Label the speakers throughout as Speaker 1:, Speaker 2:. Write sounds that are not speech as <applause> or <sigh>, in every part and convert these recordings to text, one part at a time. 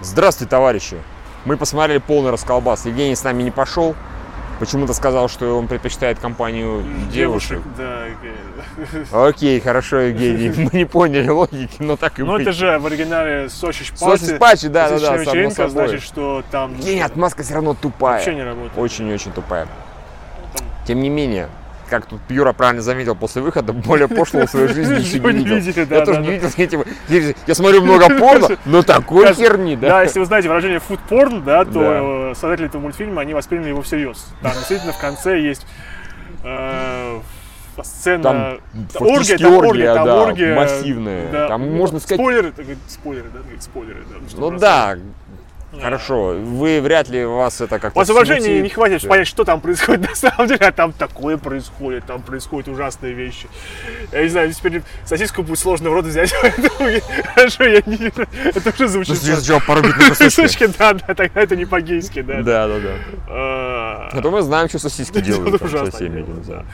Speaker 1: Здравствуйте, товарищи! Мы посмотрели полный расколбас. Евгений с нами не пошел. Почему-то сказал, что он предпочитает компанию девушек.
Speaker 2: Да. э,
Speaker 1: Окей, хорошо,
Speaker 2: <laughs>
Speaker 1: Евгений. Мы не поняли логики, но так и
Speaker 2: Ну
Speaker 1: быть.
Speaker 2: это же в оригинале Сочи
Speaker 1: Sausage
Speaker 2: Пати.
Speaker 1: Party, да, да, да, само
Speaker 2: вечеринка,
Speaker 1: собой.
Speaker 2: значит, что там
Speaker 1: Евгений, отмазка все равно тупая.
Speaker 2: вообще не Ну, работает.
Speaker 1: Очень-очень тупая. Тем не менее, как тут Пьюра правильно заметил, после выхода более пошлого в своей жизни ничего
Speaker 2: Ничего
Speaker 1: не
Speaker 2: не
Speaker 1: видел.
Speaker 2: видели, да,
Speaker 1: Я тоже
Speaker 2: да,
Speaker 1: не
Speaker 2: да.
Speaker 1: видел эти... Я смотрю
Speaker 2: <laughs>
Speaker 1: много порно, но такой
Speaker 2: Сейчас-
Speaker 1: херни, да?
Speaker 2: Да, если вы знаете выражение фудпорн, да, то
Speaker 1: Да.
Speaker 2: э, создатели этого мультфильма, они восприняли его всерьез. Там действительно в конце есть э, сцена...
Speaker 1: Там
Speaker 2: да,
Speaker 1: фактически
Speaker 2: там
Speaker 1: оргия,
Speaker 2: там
Speaker 1: да,
Speaker 2: оргия,
Speaker 1: массивная. Там можно сказать-
Speaker 2: Спойлеры, так говорит, спойлеры, да, говорит, спойлеры. Да, ну, что
Speaker 1: Ну
Speaker 2: просто-
Speaker 1: да, хорошо. Вы вряд ли вас это как-то...
Speaker 2: У вас воображения
Speaker 1: смутит.
Speaker 2: не хватит, чтобы понять, что там происходит <laughs> на самом деле, а там такое происходит, там происходят ужасные вещи. Я не знаю, теперь сосиску будет сложно в рот взять, <laughs> поэтому я- хорошо, я не... Это уже
Speaker 1: Ну,
Speaker 2: звучит...
Speaker 1: сейчас сначала порубить
Speaker 2: <laughs>
Speaker 1: на кусочки.
Speaker 2: Сосиски, да, да, тогда это не по-гейски, да.
Speaker 1: Да, да, да.
Speaker 2: А,
Speaker 1: А то мы знаем, что
Speaker 2: <laughs>
Speaker 1: сосиски делают
Speaker 2: Это
Speaker 1: там со
Speaker 2: ужасно
Speaker 1: всеми
Speaker 2: дело,
Speaker 1: этими, да.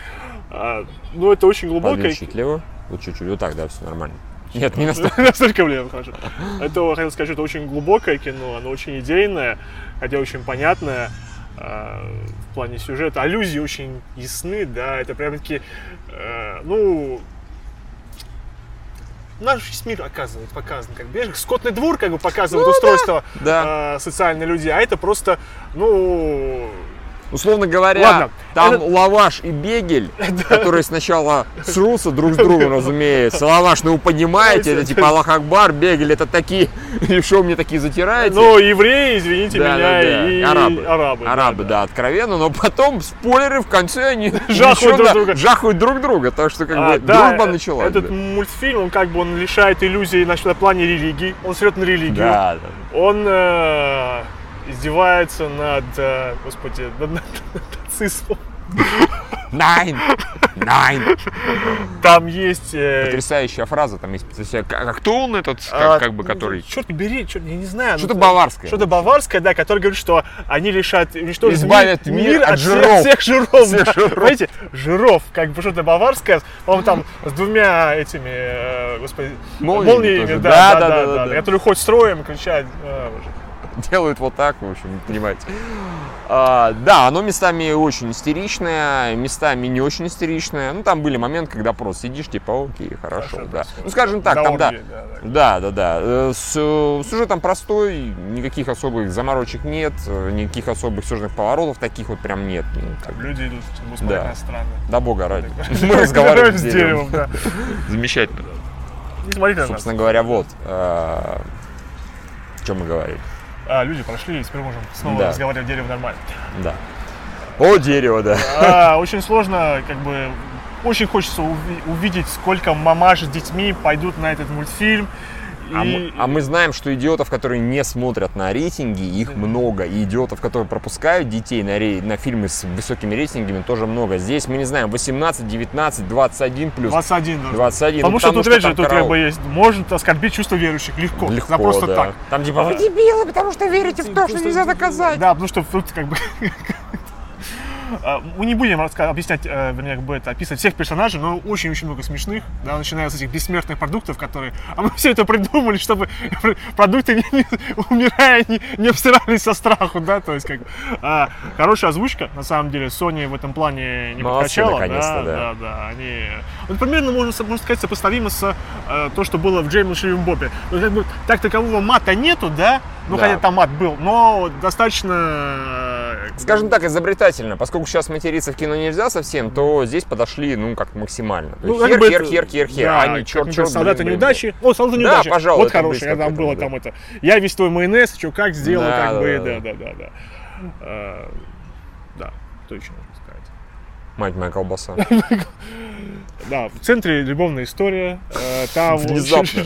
Speaker 2: а, Ну, это очень глубокое...
Speaker 1: Подвинь чуть лево, вот чуть-чуть, вот так, да, все нормально. Нет, не настолько.
Speaker 2: <laughs> Настолько влево, хорошо. Это, я хотел сказать, что это очень глубокое кино, оно очень идейное, хотя очень понятное а, в плане сюжета. Аллюзии очень ясны, да, это прям-таки, э, ну, наш весь мир оказывает, показан как бежик. Скотный двор как бы показывает устройство
Speaker 1: Ну да.
Speaker 2: э, социальной людей, а это просто, ну,
Speaker 1: Условно говоря,
Speaker 2: Ладно,
Speaker 1: там
Speaker 2: это-
Speaker 1: лаваш и
Speaker 2: <laughs>
Speaker 1: бегель, которые сначала срутся друг с другом, разумеется. Лаваш, ну вы понимаете, это типа Аллах Акбар, бегель, это такие, <laughs> и что мне такие затираете?
Speaker 2: ну, евреи, извините
Speaker 1: Да,
Speaker 2: меня,
Speaker 1: да, да.
Speaker 2: и
Speaker 1: арабы.
Speaker 2: арабы. да,
Speaker 1: Арабы, да, откровенно, но потом спойлеры в конце они
Speaker 2: <laughs> Жахают друг
Speaker 1: еще, да,
Speaker 2: друга.
Speaker 1: Жахают друг друга, так что как
Speaker 2: А,
Speaker 1: бы
Speaker 2: да,
Speaker 1: дружба
Speaker 2: э,
Speaker 1: началась.
Speaker 2: Этот
Speaker 1: да.
Speaker 2: мультфильм, он как бы он лишает иллюзии значит, на плане религии. Он срет на религию.
Speaker 1: Да, да.
Speaker 2: Он э, издевается над, э, господи, над, над- над нацизмом.
Speaker 1: <laughs> Найн! Найн!
Speaker 2: Там есть... э,
Speaker 1: Потрясающая фраза, там есть потрясающая- Как как кто он этот,
Speaker 2: а,
Speaker 1: как, как бы, <laughs> который...
Speaker 2: Черт бери, черт, я не знаю. ну,
Speaker 1: Что-то баварское.
Speaker 2: Что-то баварское, да, которое говорит, что они лишат, уничтожат
Speaker 1: Избавят мир от
Speaker 2: всех-
Speaker 1: жиров.
Speaker 2: Всех, жиров,
Speaker 1: Всех
Speaker 2: да.
Speaker 1: жиров.
Speaker 2: Понимаете, жиров, как бы что-то баварское, по-моему, там с двумя этими, э, господи,
Speaker 1: Молниями тоже.
Speaker 2: да, да, да, да, да, которые хоть строем кричат. э, боже.
Speaker 1: делают вот так, в общем, понимаете. А, да, оно местами очень истеричное, местами не очень истеричное. Ну, там были моменты, когда просто сидишь, типа, окей, хорошо,
Speaker 2: Хорошо,
Speaker 1: да.
Speaker 2: просто
Speaker 1: Ну, скажем так,
Speaker 2: До
Speaker 1: там, да.
Speaker 2: оргии, да,
Speaker 1: Да,
Speaker 2: да.
Speaker 1: да, да. Э, С э, сюжетом простой, никаких особых заморочек нет, э, никаких особых сюжетных поворотов, таких вот прям нет. Ну, как бы,
Speaker 2: Люди идут, чтобы смотреть
Speaker 1: Да.
Speaker 2: на страны.
Speaker 1: да бога <laughs> ради.
Speaker 2: <laughs>
Speaker 1: Мы разговариваем с деревом.
Speaker 2: да.
Speaker 1: Замечательно.
Speaker 2: Не смотрите на нас.
Speaker 1: Собственно говоря, вот. э, О чем мы говорили.
Speaker 2: А, люди прошли, и теперь можем снова
Speaker 1: Да.
Speaker 2: разговаривать дерево нормально.
Speaker 1: Да. О, дерево, да.
Speaker 2: А, очень сложно, как бы, очень хочется уви- увидеть, сколько мамаш с детьми пойдут на этот мультфильм.
Speaker 1: А,
Speaker 2: И-
Speaker 1: мы, а мы знаем, что идиотов, которые не смотрят на рейтинги, их много. И идиотов, которые пропускают детей на, рей- на фильмы с высокими рейтингами, тоже много. Здесь мы не знаем 18, 19, 21 плюс.
Speaker 2: 21 должен.
Speaker 1: 21.
Speaker 2: Потому,
Speaker 1: ну,
Speaker 2: что тут, опять же,
Speaker 1: там
Speaker 2: тут как
Speaker 1: караул.
Speaker 2: бы есть, может оскорбить чувство верующих легко,
Speaker 1: легко,
Speaker 2: за просто
Speaker 1: да.
Speaker 2: так.
Speaker 1: Там типа вы дебилы, потому что верите в то, что нельзя доказать.
Speaker 2: Да, потому что тут как бы... <laughs> А, Мы не будем раска- объяснять, э, вернее, как бы это, описывать всех персонажей, но очень-очень много смешных, да, начиная с этих бессмертных продуктов, которые... А мы все это придумали, чтобы <laughs> продукты, не- не- умирая, не, не обсирались со страху, да, то есть как... бы, а, хорошая озвучка, на самом деле, Sony в этом плане не
Speaker 1: Молодцы,
Speaker 2: подкачала.
Speaker 1: наконец-то, да.
Speaker 2: да, да, да, они... Вот примерно, можно, со- можно сказать, сопоставимо с э, то, что было в Джеймсе Шевем Бобе. Ну, как бы, так такового мата нету, да? Ну,
Speaker 1: Да.
Speaker 2: хотя там мат был, но достаточно... э,
Speaker 1: Скажем так, изобретательно. Поскольку сейчас материться в кино нельзя совсем, то здесь подошли, ну, как максимально. То
Speaker 2: ну,
Speaker 1: есть хер,
Speaker 2: как бы
Speaker 1: хер,
Speaker 2: это-
Speaker 1: хер, хер, хер,
Speaker 2: Да,
Speaker 1: а не
Speaker 2: как,
Speaker 1: черт,
Speaker 2: например,
Speaker 1: черт.
Speaker 2: Солдаты
Speaker 1: блин, блин,
Speaker 2: неудачи. О, солдаты
Speaker 1: Да,
Speaker 2: неудачи.
Speaker 1: пожалуй,
Speaker 2: Вот
Speaker 1: это
Speaker 2: хороший,
Speaker 1: близко
Speaker 2: я
Speaker 1: к
Speaker 2: там
Speaker 1: этому,
Speaker 2: было
Speaker 1: да.
Speaker 2: там это. Я весь твой майонез, что как сделал,
Speaker 1: Да,
Speaker 2: как
Speaker 1: да,
Speaker 2: бы,
Speaker 1: да,
Speaker 2: да, да, да, да. Да, Э, да. что еще можно сказать?
Speaker 1: Мать моя
Speaker 2: <laughs>
Speaker 1: колбаса.
Speaker 2: А, Да, в центре любовная история. э, Там <laughs>
Speaker 1: Внезапно.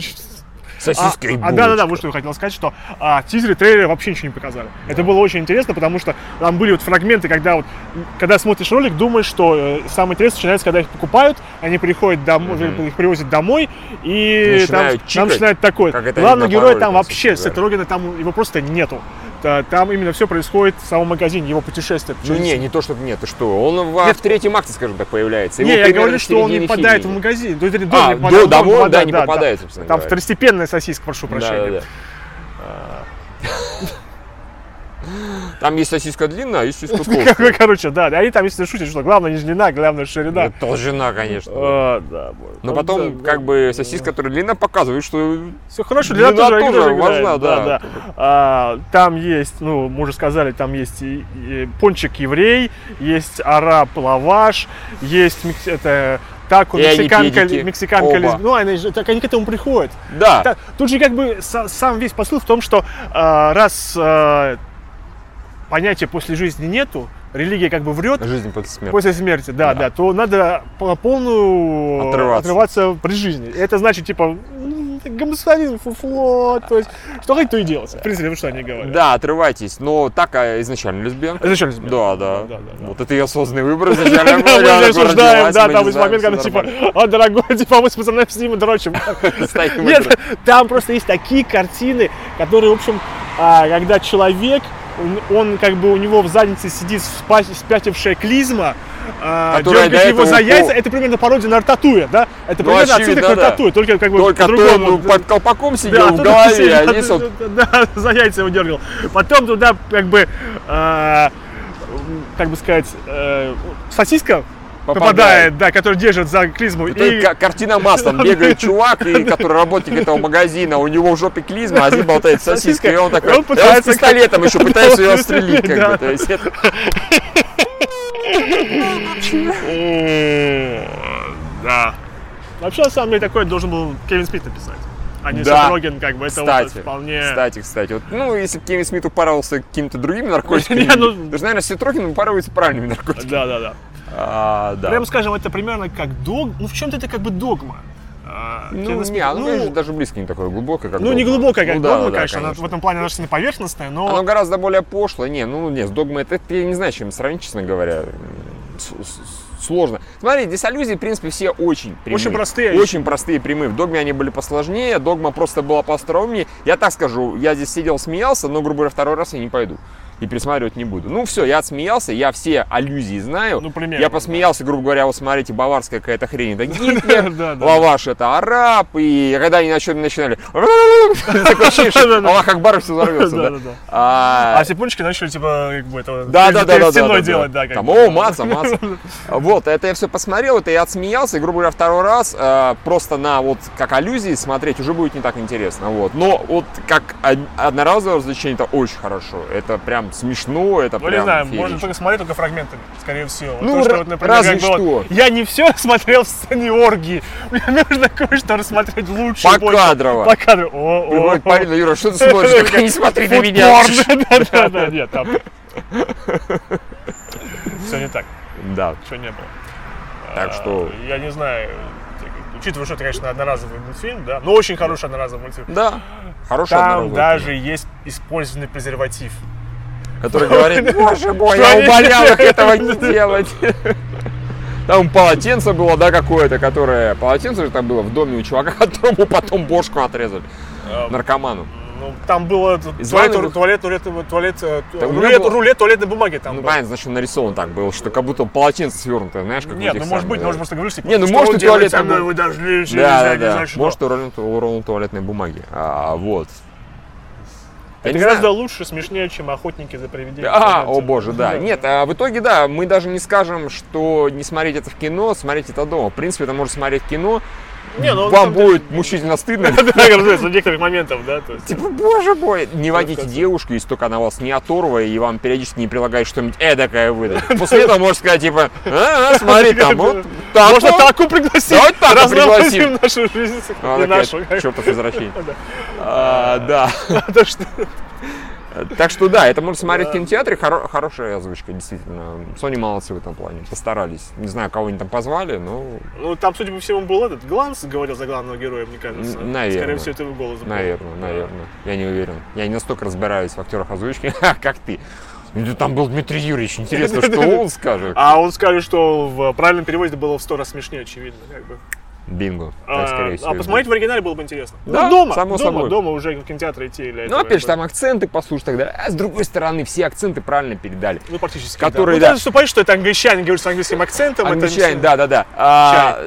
Speaker 1: Сосиска и
Speaker 2: А, да, да, да,
Speaker 1: булочка.
Speaker 2: вот что я хотел сказать, что а, в тизере трейлера вообще ничего не показали. Это было очень интересно, потому что там были вот фрагменты, когда вот, м, когда смотришь ролик, думаешь, что э, самое интересное начинается, когда их покупают, они приходят домой, их привозят домой, и
Speaker 1: Начинают
Speaker 2: там,
Speaker 1: чикать,
Speaker 2: там начинает такое.
Speaker 1: как это
Speaker 2: Главного
Speaker 1: они на
Speaker 2: героя
Speaker 1: пароле там
Speaker 2: там вообще,
Speaker 1: всегда.
Speaker 2: Сета Рогина, там его просто нету. Та- Там именно все происходит в самом магазине, его путешествие.
Speaker 1: Ну
Speaker 2: через-
Speaker 1: не, не то, чтобы нет, ты что, он во- в третьем акте, скажем так, появляется. Его
Speaker 2: Не, я
Speaker 1: примерно
Speaker 2: говорю,
Speaker 1: в
Speaker 2: что он не
Speaker 1: середине
Speaker 2: попадает в
Speaker 1: фильма.
Speaker 2: магазин. То есть, дома
Speaker 1: А,
Speaker 2: не
Speaker 1: до-
Speaker 2: попадает, дома
Speaker 1: домой, да, не
Speaker 2: да.
Speaker 1: попадает, собственно
Speaker 2: Там
Speaker 1: говоря. А.
Speaker 2: второстепенная сосиска, прошу прощения.
Speaker 1: Да, да, да. Там есть сосиска длинная, а есть сосиска
Speaker 2: <laughs> Какой,
Speaker 1: толстая.
Speaker 2: короче, да, они там, если шутят, что главное не длина, главное ширина.
Speaker 1: Это Толщина, конечно.
Speaker 2: А, да, боже.
Speaker 1: Но потом, как бы, сосиска, которая длинная, показывает, что
Speaker 2: Все хорошо,
Speaker 1: Длина
Speaker 2: длина тоже,
Speaker 1: тоже
Speaker 2: тоже играет,
Speaker 1: важна, да.
Speaker 2: да. А, там есть, ну, мы уже сказали, там есть и- и пончик еврей, есть араб лаваш, есть мекс- это тако,
Speaker 1: И они
Speaker 2: мексиканка,
Speaker 1: педики.
Speaker 2: мексиканка
Speaker 1: Оба.
Speaker 2: лесб- Ну, они, же- так они к этому приходят.
Speaker 1: да,
Speaker 2: Та- тут же как бы са- сам весь посыл в том, что а, раз а, понятия после жизни нету, религия как бы врет,
Speaker 1: жизнь после смерти.
Speaker 2: После смерти, да,
Speaker 1: Да.
Speaker 2: да, то надо по полную
Speaker 1: Отрываться.
Speaker 2: при жизни. Это значит, типа, м, гомосексуализм, фуфло, то есть, что хоть, то и делается. В принципе, вот что они говорят.
Speaker 1: Да, отрывайтесь, но так а, изначально лесбиянка.
Speaker 2: Это что, лесбиянка?
Speaker 1: Да, да.
Speaker 2: Да, да, да.
Speaker 1: Вот это и осознанный выбор изначально.
Speaker 2: <laughs> Да, мы
Speaker 1: Она
Speaker 2: не
Speaker 1: такой
Speaker 2: осуждаем,
Speaker 1: родилась,
Speaker 2: да,
Speaker 1: мы
Speaker 2: там
Speaker 1: не
Speaker 2: есть
Speaker 1: знаем,
Speaker 2: момент,
Speaker 1: всё
Speaker 2: когда <laughs> типа,
Speaker 1: нормально.
Speaker 2: а, дорогой, типа, мы с пацанами с ним дрочим.
Speaker 1: Ставим игру.
Speaker 2: Нет, <laughs> там просто есть такие картины, которые, в общем, а, когда человек, он- он как бы у него в заднице сидит спа- спятившая клизма, а,
Speaker 1: Которая до
Speaker 2: дергает его
Speaker 1: этого
Speaker 2: за
Speaker 1: упо-
Speaker 2: яйца, это примерно пародия на ртатуя, да? Это
Speaker 1: Ну, очевидно,
Speaker 2: примерно отсылка к
Speaker 1: да.
Speaker 2: ртатуе, только как бы
Speaker 1: Только
Speaker 2: по-другому.
Speaker 1: тот ну, под колпаком
Speaker 2: Да,
Speaker 1: сидел в
Speaker 2: оттуда
Speaker 1: голове,
Speaker 2: сидел,
Speaker 1: а здесь он...
Speaker 2: да, <laughs> да, за яйца его дергал. Потом туда как бы, а, м, как бы сказать, э, сосиска
Speaker 1: Попадает.
Speaker 2: попадает, да, которая держит за клизму.
Speaker 1: Это
Speaker 2: и-
Speaker 1: ка- картина
Speaker 2: <laughs>
Speaker 1: маслом. Бегает чувак, и, который работник этого магазина, у него в жопе клизма, а здесь болтает сосиска, и он такой...
Speaker 2: Он
Speaker 1: и он с
Speaker 2: пытается-
Speaker 1: пистолетом еще пытается ее
Speaker 2: Да.
Speaker 1: отстрелить, как бы.
Speaker 2: Да.
Speaker 1: То есть
Speaker 2: <laughs>
Speaker 1: это-
Speaker 2: Да. Вообще, на самом деле, такое должен был Кевин Смит написать. А не
Speaker 1: Да.
Speaker 2: Сет Роген, как бы, это вот
Speaker 1: Кстати,
Speaker 2: вполне...
Speaker 1: кстати, кстати. Вот, ну, если бы Кевин Смит упарывался какими-то другими наркотиками,
Speaker 2: <laughs> Не, ну-
Speaker 1: то же, наверное, Ситрокин упарывается правильными наркотиками.
Speaker 2: Да-да-да.
Speaker 1: А, да.
Speaker 2: Прямо скажем, это примерно как дог... Ну, в чем-то это как бы догма. А,
Speaker 1: Ну,
Speaker 2: Кевин
Speaker 1: не,
Speaker 2: Смит-
Speaker 1: оно, конечно, даже близко не такое глубокое, как
Speaker 2: ну, не
Speaker 1: «Догма».
Speaker 2: глубокая, как
Speaker 1: Ну, да,
Speaker 2: догма,
Speaker 1: да, да,
Speaker 2: конечно, она в этом плане она сильно поверхностная, но... <laughs>
Speaker 1: Оно гораздо более пошлое. Не, ну нет, с догмой это я не знаю, с чем сравнить, честно говоря. С- с- Сложно. Смотри, здесь аллюзии, в принципе, все очень прямые.
Speaker 2: Очень простые.
Speaker 1: Очень простые прямые. В догме они были посложнее, догма просто была поостроумнее. Я так скажу, я здесь сидел, смеялся, но, грубо говоря, второй раз я не пойду. И пересматривать не буду. Ну все, я отсмеялся, я все аллюзии знаю.
Speaker 2: Ну, примерно,
Speaker 1: я
Speaker 2: да.
Speaker 1: посмеялся, грубо говоря, вот смотрите, баварская какая-то хрень,
Speaker 2: <laughs>
Speaker 1: это Гитлер,
Speaker 2: Да, да.
Speaker 1: лаваш это араб, и когда они на чем начинали, <laughs> такое ощущение, что
Speaker 2: Да, да.
Speaker 1: Аллах Акбар все взорвется. да.
Speaker 2: Да-да-да.
Speaker 1: А,
Speaker 2: А степунчики начали, типа, как бы, это...
Speaker 1: да, да, да, да,
Speaker 2: перед
Speaker 1: да,
Speaker 2: стеной
Speaker 1: да,
Speaker 2: делать, да, как
Speaker 1: Там,
Speaker 2: бы.
Speaker 1: о, маца,
Speaker 2: <laughs>
Speaker 1: маца. Вот, это я все посмотрел, это я отсмеялся, и, грубо говоря, второй раз э, просто на вот как аллюзии смотреть уже будет не так интересно, вот. Но вот как од- одноразовое развлечение это очень хорошо, это прям смешно, это
Speaker 2: Ну,
Speaker 1: прям
Speaker 2: не знаю,
Speaker 1: феерично.
Speaker 2: можно только смотреть только фрагментами, скорее всего. Вот
Speaker 1: Ну,
Speaker 2: то, что,
Speaker 1: ра-
Speaker 2: вот, например,
Speaker 1: разве
Speaker 2: как было,
Speaker 1: что.
Speaker 2: Я не все <laughs> смотрел в сцене оргии. Мне нужно кое-что рассмотреть лучше. больше.
Speaker 1: Покадрово.
Speaker 2: По кадру. О, о,
Speaker 1: Приходит
Speaker 2: о.
Speaker 1: парень, Юра, что ты смотришь?
Speaker 2: <laughs>
Speaker 1: Я говорю, Не смотри на меня. <laughs>
Speaker 2: Фудпорн. Да-да-да, нет, там. Все не так,
Speaker 1: Да,
Speaker 2: все не было.
Speaker 1: так что...
Speaker 2: А, Я не знаю, учитывая, что это, конечно, одноразовый мультфильм, да, но очень хороший одноразовый мультфильм.
Speaker 1: Да, хороший
Speaker 2: Там
Speaker 1: одноразовый.
Speaker 2: даже есть использованный презерватив.
Speaker 1: который говорит, <laughs> боже мой,
Speaker 2: Что
Speaker 1: я
Speaker 2: они
Speaker 1: умолял их
Speaker 2: делают?»
Speaker 1: этого не делать. Там полотенце было, да, какое-то, которое... Полотенце же там было в доме у чувака, <laughs> которому потом бошку отрезали.
Speaker 2: А,
Speaker 1: Наркоману.
Speaker 2: Ну, там было т-
Speaker 1: Из
Speaker 2: туалет,
Speaker 1: ванны
Speaker 2: ру- туалет, туалет, туалет, э, ту-
Speaker 1: Так у меня
Speaker 2: рулет,
Speaker 1: было-
Speaker 2: рулет туалетной бумаги там
Speaker 1: Ну,
Speaker 2: был.
Speaker 1: понятно, значит, он нарисован так был, что как будто полотенце свернутое, знаешь, как у
Speaker 2: Нет,
Speaker 1: тех
Speaker 2: ну может
Speaker 1: самых,
Speaker 2: быть,
Speaker 1: да.
Speaker 2: может просто говоришь, типа,
Speaker 1: Не, ну,
Speaker 2: «Что
Speaker 1: может, и
Speaker 2: вы
Speaker 1: туалет
Speaker 2: делаете со мной,
Speaker 1: был.
Speaker 2: вы дождались,
Speaker 1: Да, да,
Speaker 2: не
Speaker 1: да.
Speaker 2: знаю, что».
Speaker 1: Может, урон, урон туалетной бумаги. А, вот. Я
Speaker 2: Это
Speaker 1: не
Speaker 2: гораздо
Speaker 1: знаю.
Speaker 2: лучше, смешнее, чем охотники за привидениями.
Speaker 1: А, о боже, да. Нет, а в итоге, да, мы даже не скажем, что не смотреть это в кино, смотреть это дома. В принципе, это можно смотреть в кино,
Speaker 2: Не, ну,
Speaker 1: Вам
Speaker 2: там даже-
Speaker 1: будет мучительно стыдно.
Speaker 2: <laughs>
Speaker 1: <laughs>
Speaker 2: Да, разумеется, в некоторых моментах, да, то есть.
Speaker 1: Типа, боже мой, не водите
Speaker 2: конце.
Speaker 1: девушку, если только она вас не оторвала и вам периодически не прилагает что-нибудь эдакое выдать. <laughs> После этого можешь сказать, типа, «А, а, смотри, там
Speaker 2: <laughs>
Speaker 1: вот так
Speaker 2: Можно
Speaker 1: вот».
Speaker 2: таку пригласить.
Speaker 1: Давай Таку Ну,
Speaker 2: Разнообразим нашу жизнь.
Speaker 1: Она
Speaker 2: и
Speaker 1: такая,
Speaker 2: нашу.
Speaker 1: чертов
Speaker 2: <laughs>
Speaker 1: извращение. А, Да.
Speaker 2: Да что-
Speaker 1: Так что да, это можно смотреть в кинотеатре. Хоро- Хорошая озвучка, действительно. Sony молодцы в этом плане. Постарались. Не знаю, кого они там позвали, но,
Speaker 2: Ну, там, судя по всему, был этот Гланс говорил за главного героя, мне кажется.
Speaker 1: М, наверное.
Speaker 2: Скорее всего, это его голос был.
Speaker 1: наверное, наверное. Я не уверен. Я не настолько разбираюсь в актерах озвучки, <laughs> как ты. Ну, Там был Дмитрий Юрьевич. Интересно, что он скажет.
Speaker 2: А он скажет, что в правильном переводе было в сто раз смешнее, очевидно, как бы.
Speaker 1: Бинго. Так,
Speaker 2: А,
Speaker 1: скорее всего,
Speaker 2: а посмотреть в оригинале было бы интересно.
Speaker 1: Да,
Speaker 2: ну, дома,
Speaker 1: само
Speaker 2: дома,
Speaker 1: собой.
Speaker 2: дома уже в кинотеатре идти или
Speaker 1: Ну,
Speaker 2: этого,
Speaker 1: опять же,
Speaker 2: как
Speaker 1: там акценты послушать тогда. А с другой стороны, все акценты правильно передали.
Speaker 2: бы, ну, практически,
Speaker 1: которые,
Speaker 2: да. Ну,
Speaker 1: да. А,
Speaker 2: ты наступаешь, что это англичанин говорит с английским акцентом. это
Speaker 1: Англичанин,
Speaker 2: не-
Speaker 1: да-да-да. А,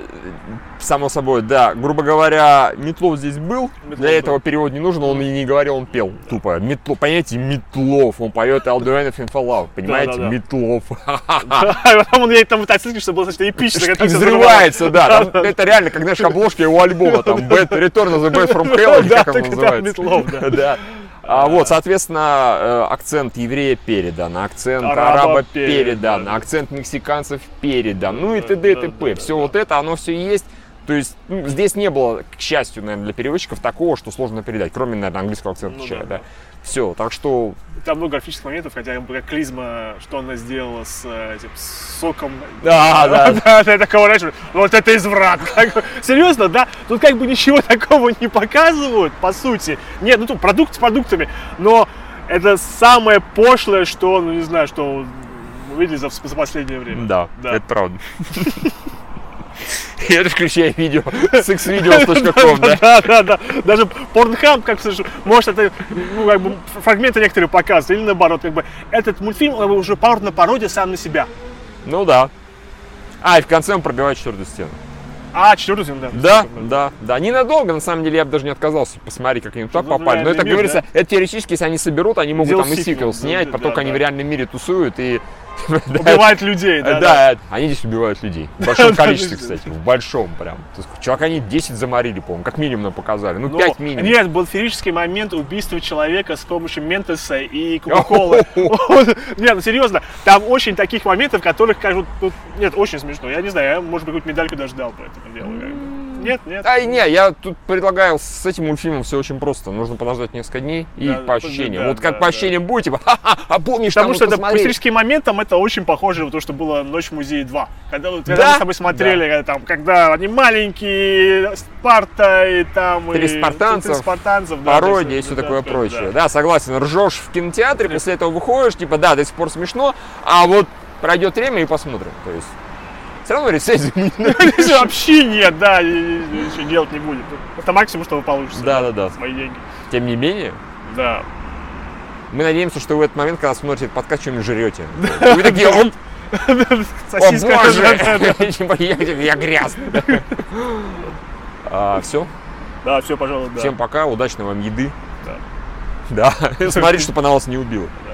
Speaker 1: Само собой, да. Грубо говоря, Метлов здесь был.
Speaker 2: Метлов
Speaker 1: Для
Speaker 2: был.
Speaker 1: этого перевод не нужен, он и не говорил, он пел. Тупо. Метлов, понимаете, Метлов. Он поет I'll do anything for love. Понимаете?
Speaker 2: да.
Speaker 1: Метлов.
Speaker 2: <laughs> И А потом он едет там в тайцинке, чтобы было, значит, эпично. как
Speaker 1: И
Speaker 2: там всё
Speaker 1: взрывается, да. Там Это реально, как, знаешь, обложки его альбома. Там Bad Return of the Bad from Hell, или
Speaker 2: Да,
Speaker 1: как он
Speaker 2: так, да,
Speaker 1: называется.
Speaker 2: Метлов, да.
Speaker 1: Да. А, вот, соответственно, э, акцент еврея передан, акцент
Speaker 2: Араба
Speaker 1: араба
Speaker 2: передан.
Speaker 1: передан, акцент мексиканцев передан, ну и
Speaker 2: Да,
Speaker 1: т.д. и
Speaker 2: да,
Speaker 1: т.п.
Speaker 2: да,
Speaker 1: Все вот это, оно все есть. То есть ну, здесь не было, к счастью, наверное, для переводчиков такого, что сложно передать, кроме, наверное, английского акцента
Speaker 2: Ну
Speaker 1: чая,
Speaker 2: да.
Speaker 1: да. Все, так что
Speaker 2: Там много графических моментов, хотя как клизма, что она сделала с э, этим с соком.
Speaker 1: Да, А, <laughs> да.
Speaker 2: <laughs> да, да, я такого раньше. Вот это изврат. <laughs> Как бы, Серьезно, да? Тут как бы ничего <laughs> такого не показывают, по сути. Нет, ну тут продукт с продуктами, но это самое пошлое, что, ну не знаю, что увидели за, за последнее время.
Speaker 1: Да,
Speaker 2: Да.
Speaker 1: это правда. <laughs> Я включаю видео sexvideos.com, да?
Speaker 2: <laughs> Да, да, да. Даже Pornhub, как слышу, может это, ну, как бы, фрагменты некоторые показывают, или наоборот, как бы, этот мультфильм он уже на пародия сам на себя.
Speaker 1: Ну да. А, и в конце он пробивает четвертую стену.
Speaker 2: А, четвертый фильм, да.
Speaker 1: Да, да, да. Ненадолго, на самом деле, я бы даже не отказался. Посмотри, как они туда
Speaker 2: Ну, в
Speaker 1: попали. Но это,
Speaker 2: реальный
Speaker 1: как
Speaker 2: мир,
Speaker 1: говорится, это теоретически, если они соберут, они могут
Speaker 2: Сделать
Speaker 1: там и сиквел
Speaker 2: сиквел,
Speaker 1: снять,
Speaker 2: да,
Speaker 1: потом
Speaker 2: да,
Speaker 1: они в
Speaker 2: да.
Speaker 1: реальном мире тусуют и... <laughs>
Speaker 2: Убивает людей, да.
Speaker 1: Да,
Speaker 2: да.
Speaker 1: они здесь убивают людей. В большом
Speaker 2: <laughs> Да,
Speaker 1: количестве,
Speaker 2: да.
Speaker 1: кстати. В большом прям. То есть, Чувак, они 10 заморили, по-моему, как минимум нам показали. Ну,
Speaker 2: Ну,
Speaker 1: 5 минимум.
Speaker 2: Нет, был феерический момент убийства человека с помощью
Speaker 1: <laughs>
Speaker 2: Ментеса и Кока-Колы. <laughs> Нет, ну серьезно, там очень таких моментов, которых, как вот, ну, нет, очень смешно. Я не знаю, я, может быть, какую-то медальку даже дал по этому делу. как бы. Нет, нет.
Speaker 1: А, и не, я тут предлагаю с этим мультфильмом все очень просто. Нужно подождать несколько дней и
Speaker 2: Да,
Speaker 1: по
Speaker 2: да,
Speaker 1: ощущениям.
Speaker 2: да,
Speaker 1: вот как
Speaker 2: да,
Speaker 1: по
Speaker 2: да.
Speaker 1: ощущениям будет, типа, ха-ха, а помнишь,
Speaker 2: Потому
Speaker 1: там
Speaker 2: что
Speaker 1: мы
Speaker 2: это по
Speaker 1: посмотрели?»
Speaker 2: историческим моментам это очень похоже на то, что было «Ночь в музее 2». Когда, вот- когда
Speaker 1: Да?
Speaker 2: мы с тобой смотрели, когда, там, когда они маленькие, Спарта и там... и-
Speaker 1: Три спартанцев,
Speaker 2: Три спартанцев, да,
Speaker 1: пародия и все
Speaker 2: да,
Speaker 1: такое
Speaker 2: да,
Speaker 1: прочее.
Speaker 2: да.
Speaker 1: Да. согласен, ржешь в кинотеатре, после этого выходишь, типа, да, до сих пор смешно, а вот пройдет время и посмотрим. То есть, все равно <laughs> рецензию не
Speaker 2: Если Вообще нет, да, и- и- и ничего делать не будет. Это максимум, что вы получите.
Speaker 1: Да, да, да.
Speaker 2: с Мои деньги.
Speaker 1: Тем не менее,
Speaker 2: Да.
Speaker 1: мы надеемся, что вы в этот момент, когда смотрите этот подкаст, что-нибудь жрете. И Вы такие,
Speaker 2: <laughs>
Speaker 1: «Оп, о
Speaker 2: Сосиска.
Speaker 1: боже,
Speaker 2: да, да, да.
Speaker 1: <laughs> Типа, я я грязный. А, Все,
Speaker 2: <laughs> Да, все, пожалуй, да.
Speaker 1: всем пока, удачной вам еды.
Speaker 2: Да.
Speaker 1: Да, <laughs> смотри, чтобы она вас не убила.
Speaker 2: Да.